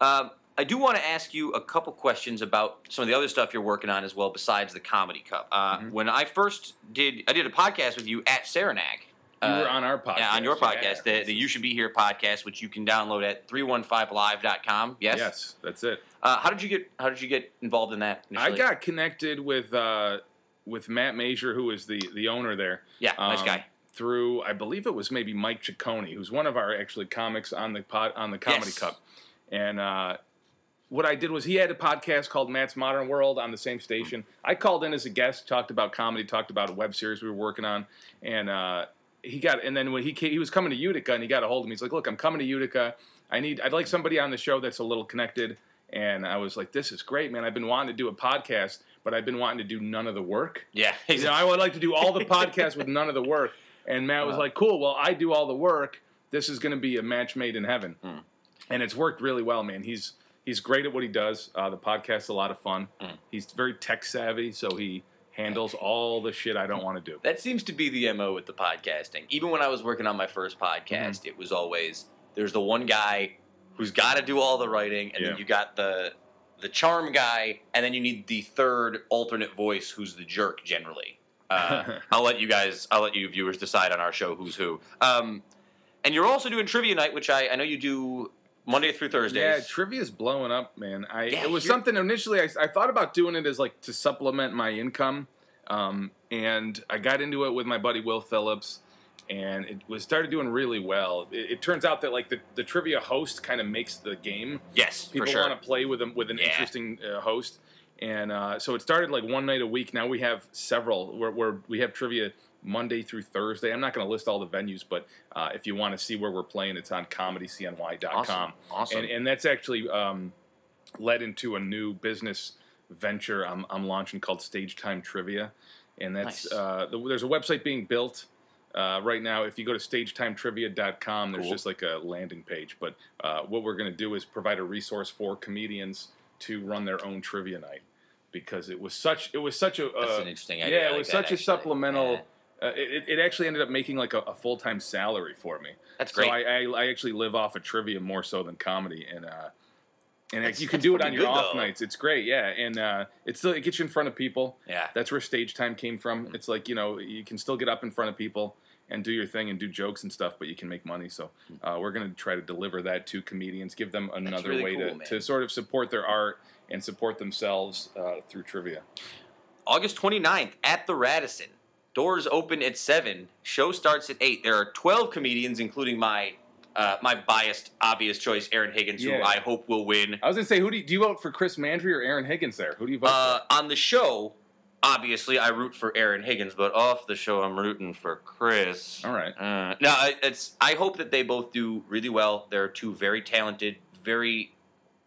Um, I do want to ask you a couple questions about some of the other stuff you're working on as well, besides the Comedy Cup. Uh,
Mhm.
When I first did, I did a podcast with you at Saranac,
you
uh,
were on our podcast.
yeah, on your podcast,
Yeah.
the, the You Should Be Here podcast, which you can download at 315live.com. Yes.
yes, that's it.
Uh, how did you get how did you get involved in that?
I
Initially?
got connected with uh, with Matt Major, who is the the owner there.
yeah, nice
um,
guy.
Through I believe it was maybe Mike Ciccone, who's one of our actually comics on the pod on the Comedy
Yes.
Cup. And uh, what I did was he had a podcast called Matt's Modern World on the same station. I called in as a guest, talked about comedy, talked about a web series we were working on, and uh, he got and then when he came, he was coming to Utica and he got a hold of me. He's like, "Look, I'm coming to Utica. I need I'd like somebody on the show that's a little connected." And I was like, "This is great, man. I've been wanting to do a podcast, but I've been wanting to do none of the work.
Yeah, (laughs)
You know, I would like to do all the podcasts with none of the work." And Matt was
Wow.
like, "Cool. Well, I do all the work. This is going to be a match made in heaven."
Hmm.
And it's worked really well, man. He's he's great at what he does. Uh, the podcast's a lot of fun.
Hmm.
He's very tech savvy, so he handles all the shit I don't want to do.
That seems to be the MO with the podcasting. Even when I was working on my first podcast,
Mm-hmm.
it was always there's the one guy who's got to do all the writing and then
Yeah.
you got the the charm guy and then you need the third alternate voice who's the jerk generally. Uh,
(laughs)
I'll let you guys I'll let you viewers decide on our show who's who. Um, and you're also doing trivia night which I, I know you do Monday through Thursdays.
Yeah, trivia's blowing up, man. I
Yeah,
it was
you're-
something initially I, I thought about doing it as like to supplement my income, um, and I got into it with my buddy Will Phillips, and it was started doing really well. It, it turns out that like the, the trivia host kind of makes the game.
yes,
People
for sure.
want to play with them with an
Yeah.
interesting uh, host, and uh, so it started like one night a week. Now we have several. Where we're, we have trivia. Monday through Thursday. I'm not going to list all the venues, but uh, if you want to see where we're playing, it's on comedycny.com
awesome. Awesome.
and, and that's actually um, led into a new business venture I'm, I'm launching called Stage Time Trivia, and that's
Nice.
uh, the, there's a website being built. Uh, right now, if you go to stagetimetrivia.com, there's
Cool.
just like a landing page. But uh, what we're going to do is provide a resource for comedians to run their own trivia night because it was such it was such a
That's
uh,
an interesting
yeah,
idea. I
it
like
was
that,
such
actually.
a supplemental.
Yeah.
Uh, it, it- it actually ended up making like a, a full time salary for me.
That's
So
great.
I, I, I actually live off of trivia more so than comedy, and uh, and
That's-
you can
that's
do it
pretty
on your
good,
off
though.
nights. It's great, yeah, and uh, it still it gets you in front of people.
yeah.
That's where stage time came from.
Mm-hmm.
It's like you know you can still get up in front of people and do your thing and do jokes and stuff, but you can make money. So
Mm.
uh, we're going to try to deliver that to comedians, give them another
really
way
cool, man.
to, to sort of support their art and support themselves uh, through trivia.
August 29th at the Radisson. Doors open at 7. Show starts at 8. There are 12 comedians, including my uh, my biased, obvious choice, Aaron Higgins, who
Yeah.
I hope will win.
I was going to say, who do you, do you vote for, Chris Mandry or Aaron Higgins? There, who do you vote for?
Uh, on the show, obviously, I root for Aaron Higgins, but off the show, I'm rooting for Chris.
All right.
Uh, no, I- it's. I hope that they both do really well. They're two very talented, very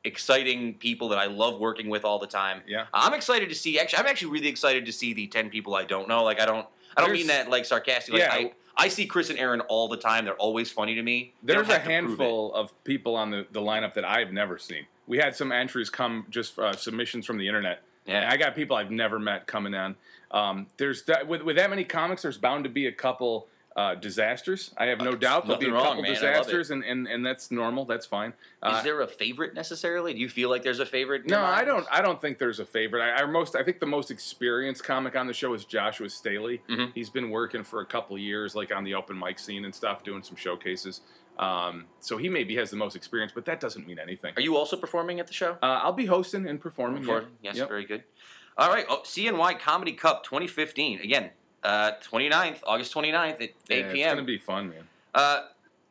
exciting people that I love working with all the time.
Yeah.
I'm excited to see. Actually, I'm actually really excited to see the ten people I don't know. Like, I don't. I don't mean
There's-
that like sarcastically.
Yeah.
Like, I, I see Chris and Aaron all the time. They're always funny to me. They don't
There's a
have to prove it.
handful of people on the, the lineup that I've never seen. We had some entries come just uh, submissions from the internet. And
Yeah.
I got people I've never met coming on. Um, there's that, with, with that many comics, there's bound to be a couple uh, disasters. I have no
Uh,
doubt there'll be a
nothing wrong,
couple
man. I love it.
disasters, and, and, and that's normal. That's fine. Uh,
Is there a favorite necessarily? Do you feel like there's a favorite? in
no,
your
I
mind?
don't. I don't think there's a favorite. I, I most. I think the most experienced comic on the show is Joshua Staley.
Mhm.
He's been working for a couple years, like on the open mic scene and stuff, doing some showcases. Um, so he maybe has the most experience, but that doesn't mean anything.
Are you also performing at the show?
Uh, I'll be hosting and performing. yeah.
Ford? Yes,
Mm-hmm. Yep.
very good. All right, oh, CNY Comedy Cup 2015. Again, uh, 29th, August 29th at 8
Yeah, It's
p.m.
gonna be fun, man.
uh,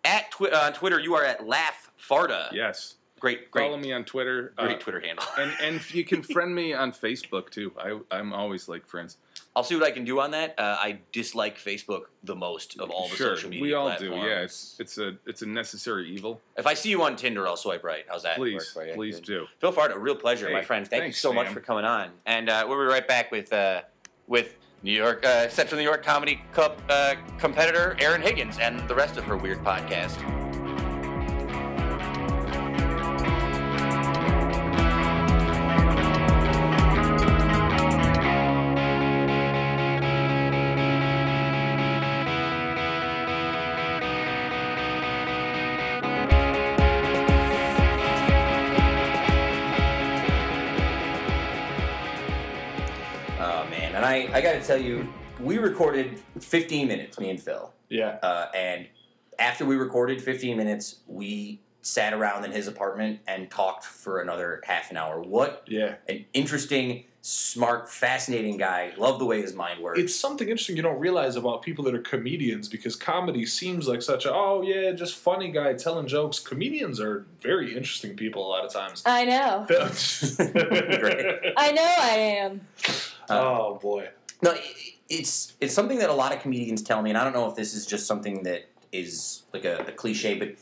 at twi- uh, on Twitter, you are at Laugh Farda.
Yes.
Great, Uh, great,
Follow me on Twitter. uh,
great Twitter handle.
and and you can friend me on Facebook too. I I'm always like friends.
I'll see what I can do on that. Uh, I dislike Facebook the most of all the
sure,
social media
we all
platforms.
do. Yeah, it's it's a it's a necessary evil.
If I see you on Tinder, I'll swipe right. How's that?
Please,
work for you?
please
Good.
do.
Phil Farda, real pleasure, my
Hey,
friend. Thank
thanks,
you so much
Sam.
for coming on. And uh, we'll be right back with uh, with New York uh, Central New York Comedy Cup uh, competitor Erin Higgins and the rest of her weird podcast.
Oh man, and I, I got to tell you, we recorded 15 minutes, me and Phil.
Yeah.
Uh, and after we recorded 15 minutes, we sat around in his apartment and talked for another half an hour. What
Yeah.
an interesting, smart, fascinating guy. Love the way his mind works.
It's something interesting you don't realize about people that are comedians because comedy seems like such a, oh, yeah, just funny guy telling jokes. Comedians are very interesting people a lot of times.
I know.
(laughs)
Great.
I know I am.
Oh, boy.
no, i it's it's something that a lot of comedians tell me, and I don't know if this is just something that is like a, a cliche, but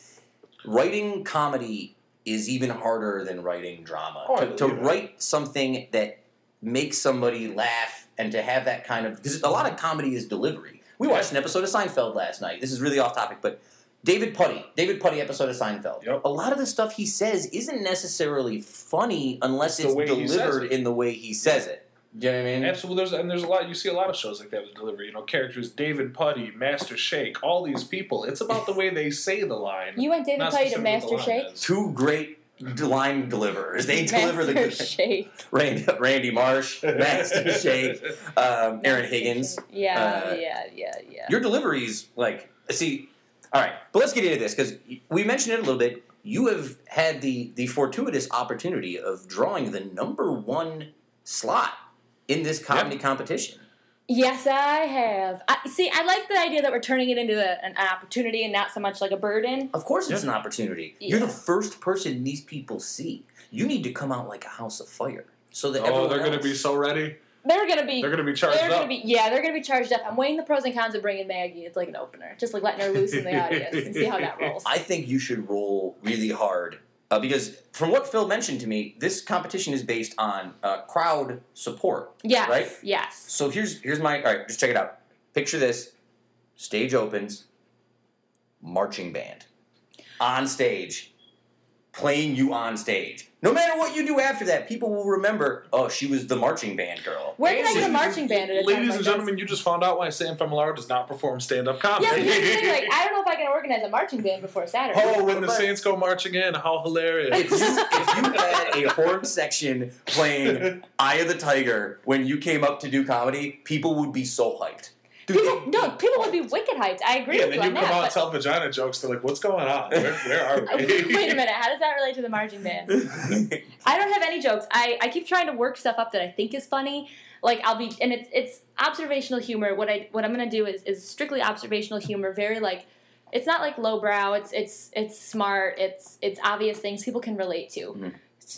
writing comedy is even harder than writing drama.
Oh, I
to to
believe it.
write something that makes somebody laugh and to have that kind of because a lot of comedy is delivery. We watched an episode of Seinfeld last night. This is really off topic, but David Putty, David Putty episode of Seinfeld.
Yep.
A lot of the stuff he says isn't necessarily funny unless
It's the
it's
way he says
delivered
it.
in the way he says it. Do you know what I mean?
Absolutely, there's and there's a lot. You see a lot of shows like that with delivery. You know, characters David Putty, Master Shake, all these people. It's about the way they say the line.
You want David
not
Putty to
specifically what the
Master
line
Shake?
is.
two great
Mm-hmm.
line deliverers. They deliver the
Master
(laughs) good.
Shake.
Randy, Randy
(laughs)
Marsh, Master Shake, um, Aaron Higgins.
Yeah,
Uh,
yeah, yeah, yeah.
Your deliveries, like, see, all right, but let's get into this because we mentioned it a little bit. You have had the the fortuitous opportunity of drawing the number one slot in this comedy competition.
Yes, I have. I, see, I like the idea that we're turning it into a, an opportunity and not so much like a burden.
Of course, it's
Yeah.
an opportunity. You're
Yeah.
the first person these people see. You need to come out like a house of fire, so that
Oh,
everyone
they're going to
else-
be so ready.
They're gonna be.
They're going to be charged
They're
up.
gonna be yeah, they're gonna be charged up. I'm weighing the pros and cons of bringing Maggie. It's like an opener, just like letting her loose in the
(laughs)
audience and see how that rolls.
I think you should roll really hard uh, because, from what Phil mentioned to me, this competition is based on uh, crowd support.
yes,
right?
yes.
So here's here's my all right. Just check it out. Picture this: stage opens, marching band on stage, playing you on stage. No matter what you do after that, people will remember. Oh, she was the marching band girl.
Where can I
So
get a
you-
marching band at a time
Ladies
like
and
this?
gentlemen, you just found out why Sam Femilaro does not perform stand-up comedy.
Yeah, but here's the
(laughs)
thing, like I don't know if I can organize a marching band before Saturday.
oh, when the
But-
Saints go marching in, how
If
hilarious!
you, if you had a horn section playing Eye of the Tiger when you came up to do comedy, people would be so hyped. Dude,
people,
they-
no, people would be wicked hyped. I agree
yeah,
with
then
you
you
on
come out and
that.
tell vagina jokes. They're like, "What's going on? Where, where
but- (laughs)
are we?"
Wait a minute, how does that relate to the marching band? I don't have any jokes. I, I keep trying to work stuff up that I think is funny. Like I'll be and it's it's observational humor. What I what I'm gonna do is is strictly observational humor, very like it's not like lowbrow, it's it's it's smart, it's it's obvious things people can relate to.
Mhm.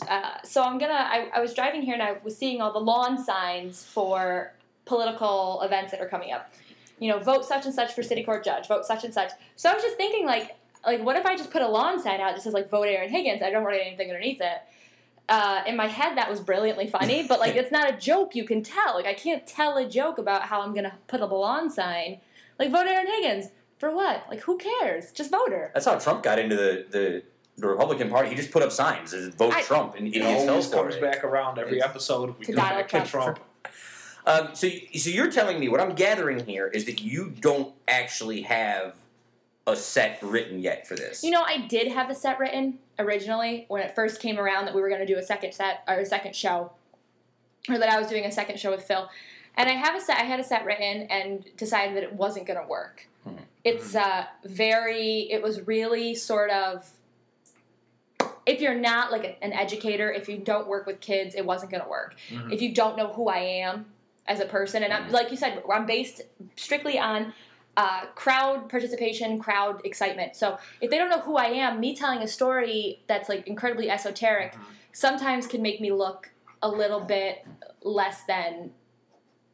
Uh, so I'm gonna I, I was driving here and I was seeing all the lawn signs for political events that are coming up. You know, vote such and such for city court judge, vote such and such. So I was just thinking like like what if I just put a lawn sign out that says like vote Aaron Higgins? I don't write anything underneath it uh, in my head that was brilliantly funny, but like it's not a joke you can tell. Like I can't tell a joke about how I'm gonna put a lawn sign. Like vote Aaron Higgins for what? Like who cares? Just vote her.
(laughs) That's how Trump got into the, the, the Republican Party. He just put up signs, as vote
I-
Trump, and
It
idiots fell
always
for
comes
it.
back around every episode. We
To
come
Donald
back to
Trump.
Trump.
Um, so, y- so you're telling me what I'm gathering here is that you don't actually have a set written yet for this.
You know, I did have a set written originally when it first came around that we were gonna do a second set or a second show, or that I was doing a second show with Phil. And I have a set. I had a set written and decided that it wasn't gonna work.
Mhm.
It's uh, very. It was really sort of if you're not like a- an educator, if you don't work with kids, it wasn't going to work.
Mhm.
If you don't know who I am as a person, and I'm, like you said, I'm based strictly on uh, crowd participation, crowd excitement. So if they don't know who I am, me telling a story that's like incredibly esoteric
Mm-hmm.
sometimes can make me look a little bit less than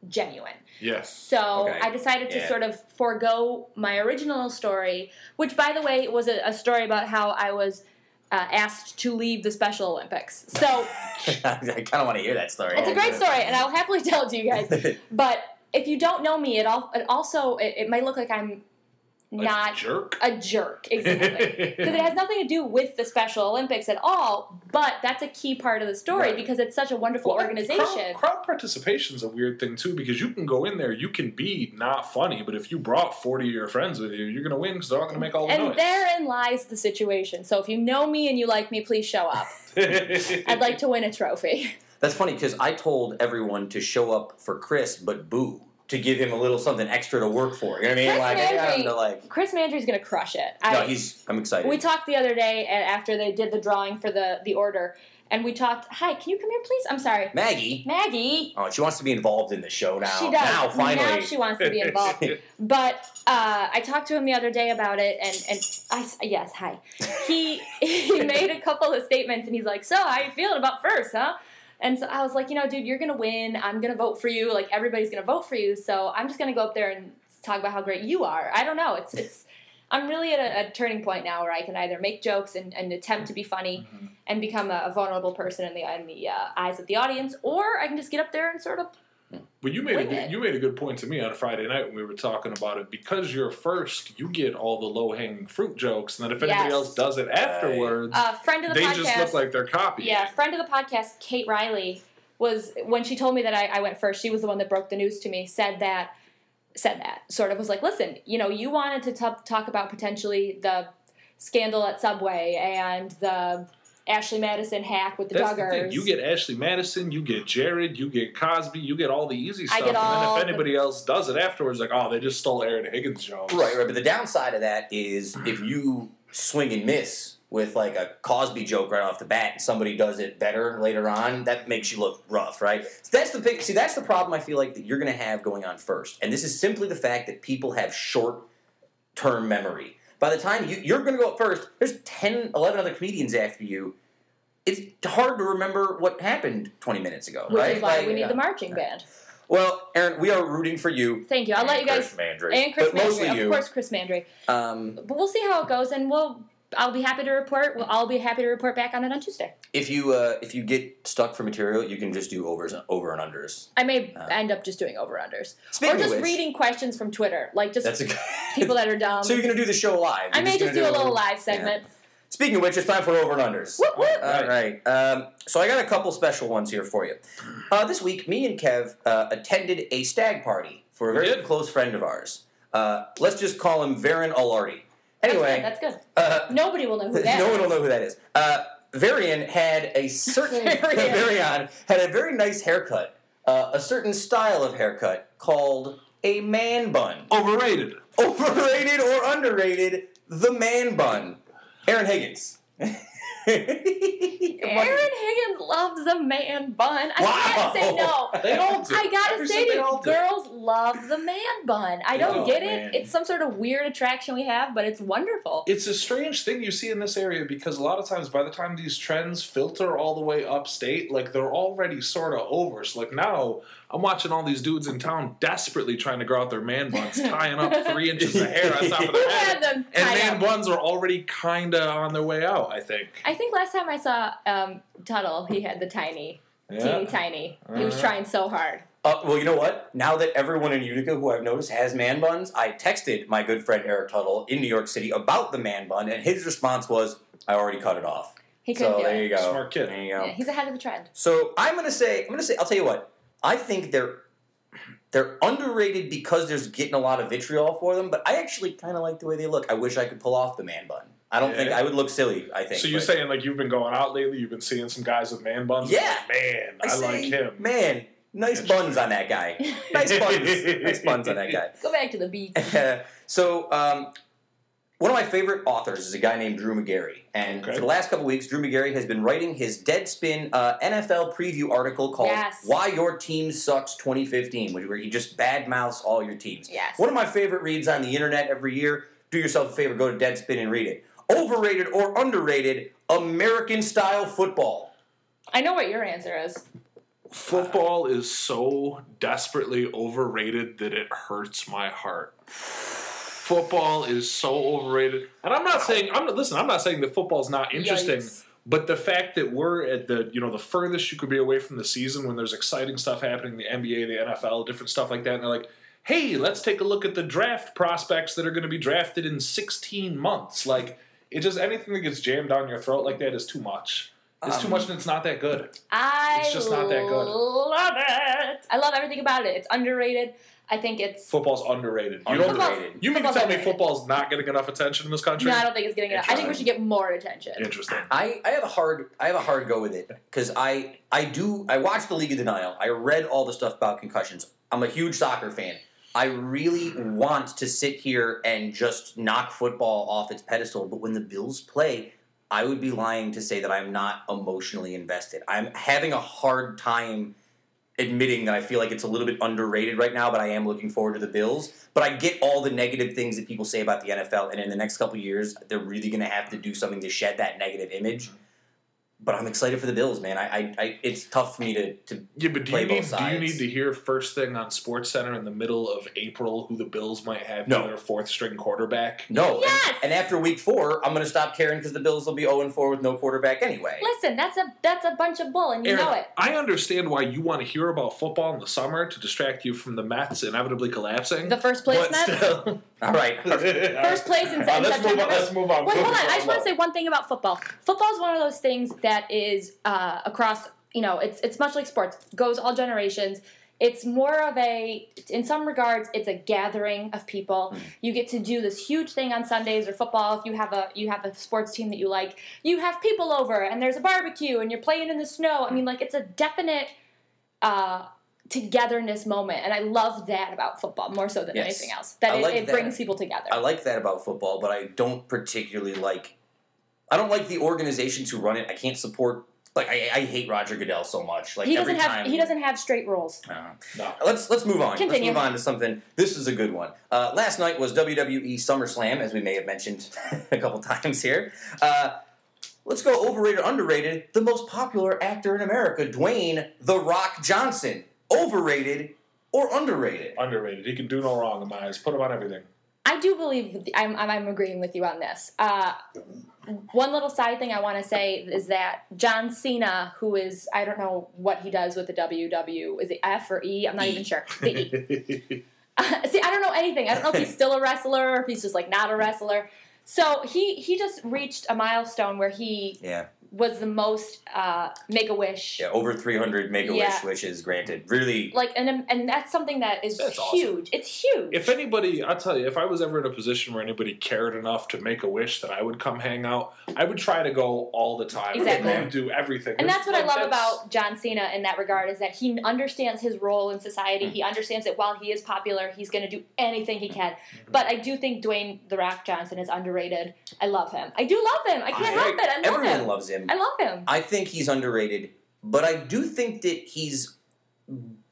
genuine.
Yes.
So
Okay.
I decided to
Yeah.
sort of forego my original story, which, by the way, was a, a story about how I was uh, asked to leave the Special Olympics. So
(laughs) I kind of want to hear that story.
it's a great
man.
story, and I'll happily tell it to you guys.
(laughs)
But if you don't know me, it, all, it also it, it might look like I'm
a
not
jerk.
a jerk exactly
(laughs)
because it has nothing to do with the Special Olympics at all. But that's a key part of the story
Right.
because it's such a wonderful
Well, and
organization.
Crowd, crowd participation is a weird thing too because you can go in there, you can be not funny, but if you brought forty of your friends with you, you're gonna win because they're all gonna make all the
and
noise. (laughs)
therein lies the situation. So if you know me and you like me, please show
(laughs)
up. I'd like to win a trophy. (laughs)
That's funny because I told everyone to show up for Chris, but boo. to give him a little something extra to work for. You know what I mean?
Chris
like, I got him
Landry-
to like.
Chris Mandry's gonna crush it.
No,
I,
he's. I'm excited.
we talked the other day and after they did the drawing for the the order, and we talked. Hi, can you come here, please? I'm sorry,
Maggie.
Maggie.
Oh, she wants to be involved in the show now.
She does.
Now, finally.
Now she wants to be involved.
(laughs)
But uh, I talked to him the other day about it, and and I s- yes, hi. He (laughs) he made a couple of statements, and he's like, "So how you feeling about first, huh?" And so I was like, "You know, dude, you're gonna win. I'm gonna vote for you. Like everybody's gonna vote for you. So I'm just gonna go up there and talk about how great you are. I don't know. It's it's." I'm really at a, a turning point now where I can either make jokes and, and attempt to be funny and become a, a vulnerable person in the in the uh, eyes of the audience, or I can just get up there and sort of
But you made a
Wing
good,
it.
you made a good point to me on a Friday night when we were talking about it because you're first, you get all the low hanging fruit jokes, and then if anybody
Yes.
else does it afterwards,
uh, friend of the
they
podcast.
just look like they're copying.
Yeah, friend of the podcast, Kate Riley, was when she told me that I, I went first. She was the one that broke the news to me. Said that, said that, sort of was like, listen, you know, you wanted to t- talk about potentially the scandal at Subway and the Ashley Madison hack with the
That's the
Duggars.
thing. You get Ashley Madison, you get Jared, you get Cosby, you get all the easy
I
stuff,
get all
and then
the-
if anybody else does it afterwards, like oh, they just stole Aaron Higgins' jokes.
Right, right. But the downside of that is if you swing and miss with like a Cosby joke right off the bat, and somebody does it better later on, that makes you look rough, right? So that's the big, see, that's the problem I feel like that you're going to have going on first, and this is simply the fact that people have short term memory. By the time you, you're going to go up first, there's 10, 11 other comedians after you. It's hard to remember what happened 20 minutes ago,
which
right?
is why we need
yeah.
the marching band.
Well, Aaron, we are rooting for you.
Thank you. I'll let you guys.
Chris Mandry.
And Chris
but mostly
Mandry,
you.
of course, Chris Mandry.
Um,
But we'll see how it goes, and we'll. I'll be happy to report. Well, I'll be happy to report back on it on Tuesday.
If you uh, if you get stuck for material, you can just do overs and over and unders.
I may
Uh,
end up just doing over unders.
Speaking
or
of
just
which,
reading questions from Twitter, like just
That's a good.
(laughs) people that are dumb.
(laughs) so you're gonna do the show live.
I
You're
may just do a
gonna
little live segment.
Speaking of which, it's time for over and unders.
Whoop, whoop.
All right. Um, so I got a couple special ones here for you. Uh, this week, me and Kev uh, attended a stag party for a
We
very
did.
close friend of ours. Uh, let's just call him Varen Alardi. Anyway,
that's good. That's
uh,
good. Nobody will
(laughs)
know who that.
no one
is.
will know who that is. Uh, Varian had a
(laughs)
certain (laughs)
Varian.
Varian had a very nice haircut, uh, a certain style of haircut called a man bun.
(laughs) Overrated.
Overrated or underrated, the man bun. Aaron Higgins.
(laughs) Aaron Higgins loves the man bun. I
Wow.
can't say no.
(laughs)
They all do.
I gotta
Every
say
single-
to
they all
you,
do.
girls love the man bun. I don't
Oh,
get it.
man.
It's some sort of weird attraction we have, but it's wonderful.
It's a strange thing you see in this area because a lot of times, by the time these trends filter all the way upstate, like they're already sort of over. So, like now, I'm watching all these dudes in town desperately trying to grow out their man
(laughs)
buns, tying up three inches of hair on top of
Who (laughs)
their head.
had them
And
tied up?
man buns are already kind of on their way out, I think.
I think last time I saw um, Tuttle, he had the tiny, teeny
Yeah.
tiny. He was
Uh-huh.
trying so hard.
Uh, well, you know what? Now that everyone in Utica who I've noticed has man buns, I texted my good friend Eric Tuttle in New York City about the man bun, and his response was, "I already cut it off."
He couldn't
So
do
there
it.
you go.
Smart kid.
There you go.
Yeah, he's ahead of the trend.
So I'm gonna say I'm gonna say I'll tell you what I think they're they're underrated because there's getting a lot of vitriol for them. But I actually kind of like the way they look. I wish I could pull off the man bun. I don't think
Yeah.
I would look silly. I think.
So you're
but-
saying like you've been going out lately, you've been seeing some guys with man buns?
Yeah.
Like, man, I,
say,
like him.
Man, nice
Interesting.
buns on that guy. Nice buns.
(laughs)
nice buns on that guy.
Go back to the beach.
(laughs) so um, one of my favorite authors is a guy named Drew McGarry, and
Okay.
for the last couple weeks, Drew McGarry has been writing his Deadspin uh, NFL preview article called
Yes.
"Why Your Team Sucks 2015," which- where he just badmouths all your teams.
Yes.
One of my favorite reads on the internet every year. Do yourself a favor, go to Deadspin and read it. Overrated or underrated American style football.
I know what your answer is.
Football is so desperately overrated that it hurts my heart. Football is so overrated, and I'm not saying I'm listen. I'm not saying that football's not interesting,
Yikes.
but the fact that we're at the you know the furthest you could be away from the season when there's exciting stuff happening, the NBA, the NFL, different stuff like that, and they're like, hey, let's take a look at the draft prospects that are going to be drafted in 16 months. Like it just anything that gets jammed down your throat like that is too much. It's too
Um,
much, and it's not that good.
I
It's just not that good.
love it. I love everything about it. It's underrated. I think it's.
Football's underrated. You don't
Underrated.
You mean to tell
Football's
me
underrated.
football's not getting enough attention in this country?
No, I don't think it's getting enough. I think we
Interesting.
should get more attention.
Interesting.
I, I have a hard I have a hard go with it because I I do I watched the League of Denial. I read all the stuff about concussions. I'm a huge soccer fan. I really want to sit here and just knock football off its pedestal, but when the Bills play, I would be lying to say that I'm not emotionally invested. I'm having a hard time admitting that I feel like it's a little bit underrated right now, but I am looking forward to the Bills. But I get all the negative things that people say about the NFL, and in the next couple of years, they're really going to have to do something to shed that negative image. But I'm excited for the Bills, man. I, I, I it's tough for me to, to
Yeah, but do
play
you, need,
both
do you
sides.
need to hear first thing on Sports Center in the middle of April who the Bills might have
No.
for their fourth string quarterback?
no. and-
Yes!
And, after week four, I'm going to stop caring because the Bills will be 0 and 4 with no quarterback anyway.
Listen, that's a that's a bunch of bull, and you
Aaron,
know it.
I understand why you want to hear about football in the summer to distract you from the Mets inevitably collapsing.
The
(laughs)
first place
but
Mets.
still.
(laughs) All right.
First place in, in
Uh, let's move
September.
on. Let's move on.
Wait, hold on.
Move
I just want to say one thing about football. Football is one of those things that is uh, across. You know, it's it's much like sports. Goes all generations. It's more of a, in some regards, it's a gathering of people.
Hmm.
You get to do this huge thing on Sundays or football. If you have a you have a sports team that you like, you have people over and there's a barbecue and you're playing in the snow. I mean, like it's a definite uh, togetherness moment, and I love that about football more so than
Yes.
anything else. That
I
it,
like
it
that.
brings people together.
I like that about football, but I don't particularly like. I don't like the organizations who run it. I can't support. Like I, I hate Roger Goodell so much. Like
he
every
doesn't have
time
he doesn't have straight rules.
Uh,
No.
Let's let's move on. Let's
Continue.
move on to something. This is a good one. Uh, last night was WWE SummerSlam, as we may have mentioned (laughs) a couple times here. Uh, let's go overrated, underrated. The most popular actor in America, Dwayne the Rock Johnson. Overrated or underrated?
Uh,
underrated. He can do no wrong in my eyes. Put him on everything.
I do believe that the- I'm I'm, I'm agreeing with you on this. Uh, one little side thing I want to say is that John Cena, who is I don't know what he does with the WW, is it F or E? I'm not even sure. The E.
(laughs)
Uh, See, I don't know anything. I don't know if he's still a wrestler or if he's just like not a wrestler. So he he just reached a milestone where he
Yeah,
was the most uh, Make a Wish.
yeah. Over three hundred Make a Wish
Yeah.
wishes granted. Really,
Like and and that's something that is
That's awesome.
huge. It's huge.
if anybody, I'll tell you, if I was ever in a position where anybody cared enough to make a wish that I would come hang out, I would try to go all the time.
Exactly.
I would do everything.
And that's what I
Like,
love
that's-
about John Cena in that regard is that he understands his role in society.
Mm-hmm.
He understands that while he is popular, he's going to do anything he can.
Mm-hmm.
But I do think Dwayne the Rock Johnson is underrated. I love him. I do love him. I can't
I-
help it. I love
everyone
him.
loves him.
I love him.
I think he's underrated, but I do think that he's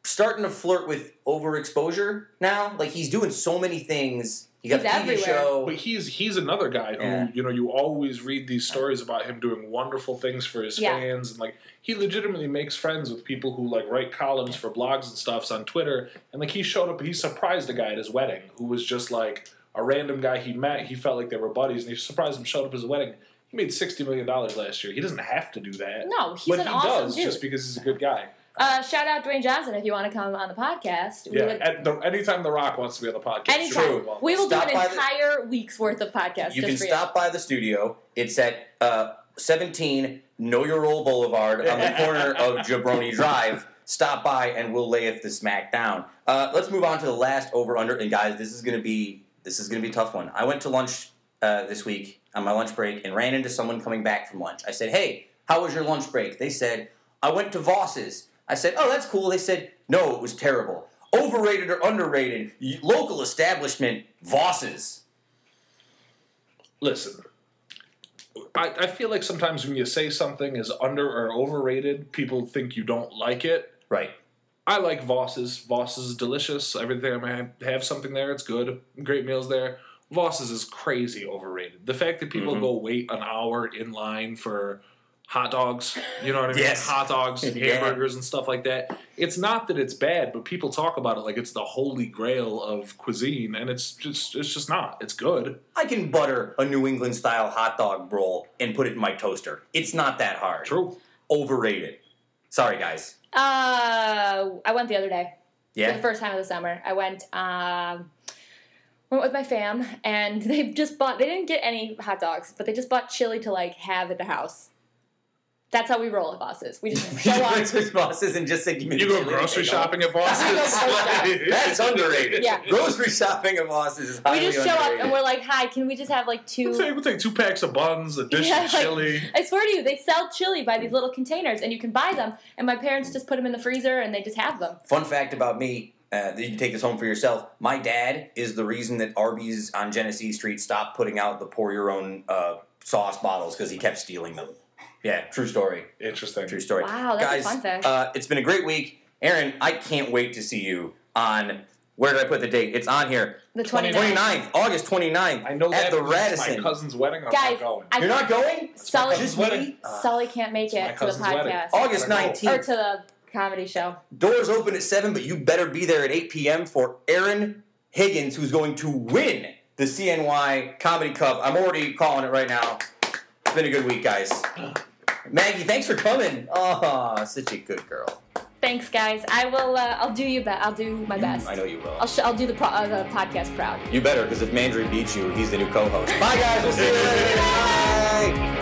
starting to flirt with overexposure now. Like he's doing so many things. He got
He's
the TV
everywhere.
But
show.
he's he's another guy who
Yeah.
you know you always read these stories about him doing wonderful things for his
Yeah.
fans and like he legitimately makes friends with people who like write columns for blogs and stuffs on Twitter and like he showed up he surprised a guy at his wedding who was just like a random guy he met he felt like they were buddies and he surprised him showed up at his wedding he made sixty million dollars last year he doesn't have to do that
No, he's
but
an
he
awesome
does
dude.
just because he's a good guy
uh, shout out Dwayne Johnson if you want to come on the podcast.
yeah
We would,
at the, anytime The Rock wants to be on the podcast
anytime.
sure, well,
We will do
Stop
an
by the-
entire week's worth of podcast
You
just
can
for
stop by the studio. It's at uh, 17 Know Your Role Boulevard on the corner
(laughs)
of Jabroni Drive. Stop by and we'll layeth the smack down. Uh, let's move on to the last over under. And guys, this is gonna be this is gonna be a tough one. I went to lunch uh, this week on my lunch break and ran into someone coming back from lunch. I said, "Hey, how was your lunch break?" They said, "I went to Voss's." I said, "Oh, that's cool." They said, "No, it was terrible. Overrated or underrated? Y- Local establishment, Voss's."
listen I, I feel like sometimes when you say something is under or overrated people think you don't like it
Right.
i like voss's voss's is delicious every time i have something there it's good great meals there voss's is crazy overrated the fact that
Mm-hmm.
people go wait an hour in line for hot dogs you know what i mean
Yes.
hot dogs
(laughs) Yeah.
hamburgers and stuff like that it's not that it's bad but people talk about it like it's the holy grail of cuisine and it's just it's just not it's good
I can butter a New England style hot dog roll and put it in my toaster. It's not that hard.
true
Overrated. Sorry, guys.
free. Uh, I went the other day. for the
Yeah.
first time of the summer. I went um, went with my fam, and (laughs) they just bought. They didn't get any hot dogs, but they just bought chili to like have at the house. That's how we roll at bosses. We
(laughs)
just show up.
Christmas bosses and just say give me
You
the
go
chili
grocery
to take
shopping (laughs) at
I go grocery
Boston?
home. (laughs) That's underrated.
Yeah.
Grocery shopping at Bosses is
We
highly
just show up
underrated.
and we're like, "Hi, can we just have like
We'll
two
(laughs)
take, we'll take two packs of buns, a dish
Yeah,
of
like-
chili.
I swear to you, they sell chili by these little containers, and you can buy them. And my parents just put them in the freezer, and they just have them.
Fun fact about me: uh, you can take this home for yourself. My dad is the reason that Arby's on Genesee Street stopped putting out the pour your own uh, sauce bottles because he kept stealing them. Yeah, true story.
Interesting.
True story.
Wow, that's a
Guys,
fun fact.
Uh, it's been a great week. Aaron, I can't wait to see you on. Where did I put the date? It's on here.
The
29th.
29th.
29th, August 29th.
I know that
at
because
the
it's
Radisson.
my cousin's wedding. I'm
Guys,
not going.
I
You're not going?
Sully,
cousin's
Just me? Uh,
wedding.
Sully can't make
my
it to the
cousin's wedding.
podcast
August
I gotta go.
19th.
or to the comedy show.
Doors open at 7, but you better be there at 8 p.m. for Aaron Higgins, who's going to win the CNY Comedy Cup. I'm already calling it right now. It's been a good
(gasps)
week, guys. Maggie, thanks for coming. Oh, such a good girl.
Thanks, guys. I will. Uh, I'll do you. Be- I'll do my
You-
best.
Mm, I know you will.
I'll. Sh- I'll do the, pro- uh, the podcast proud.
You better, because if Mandry beats you, he's the new co-host. Bye, guys. We'll see you later. Bye.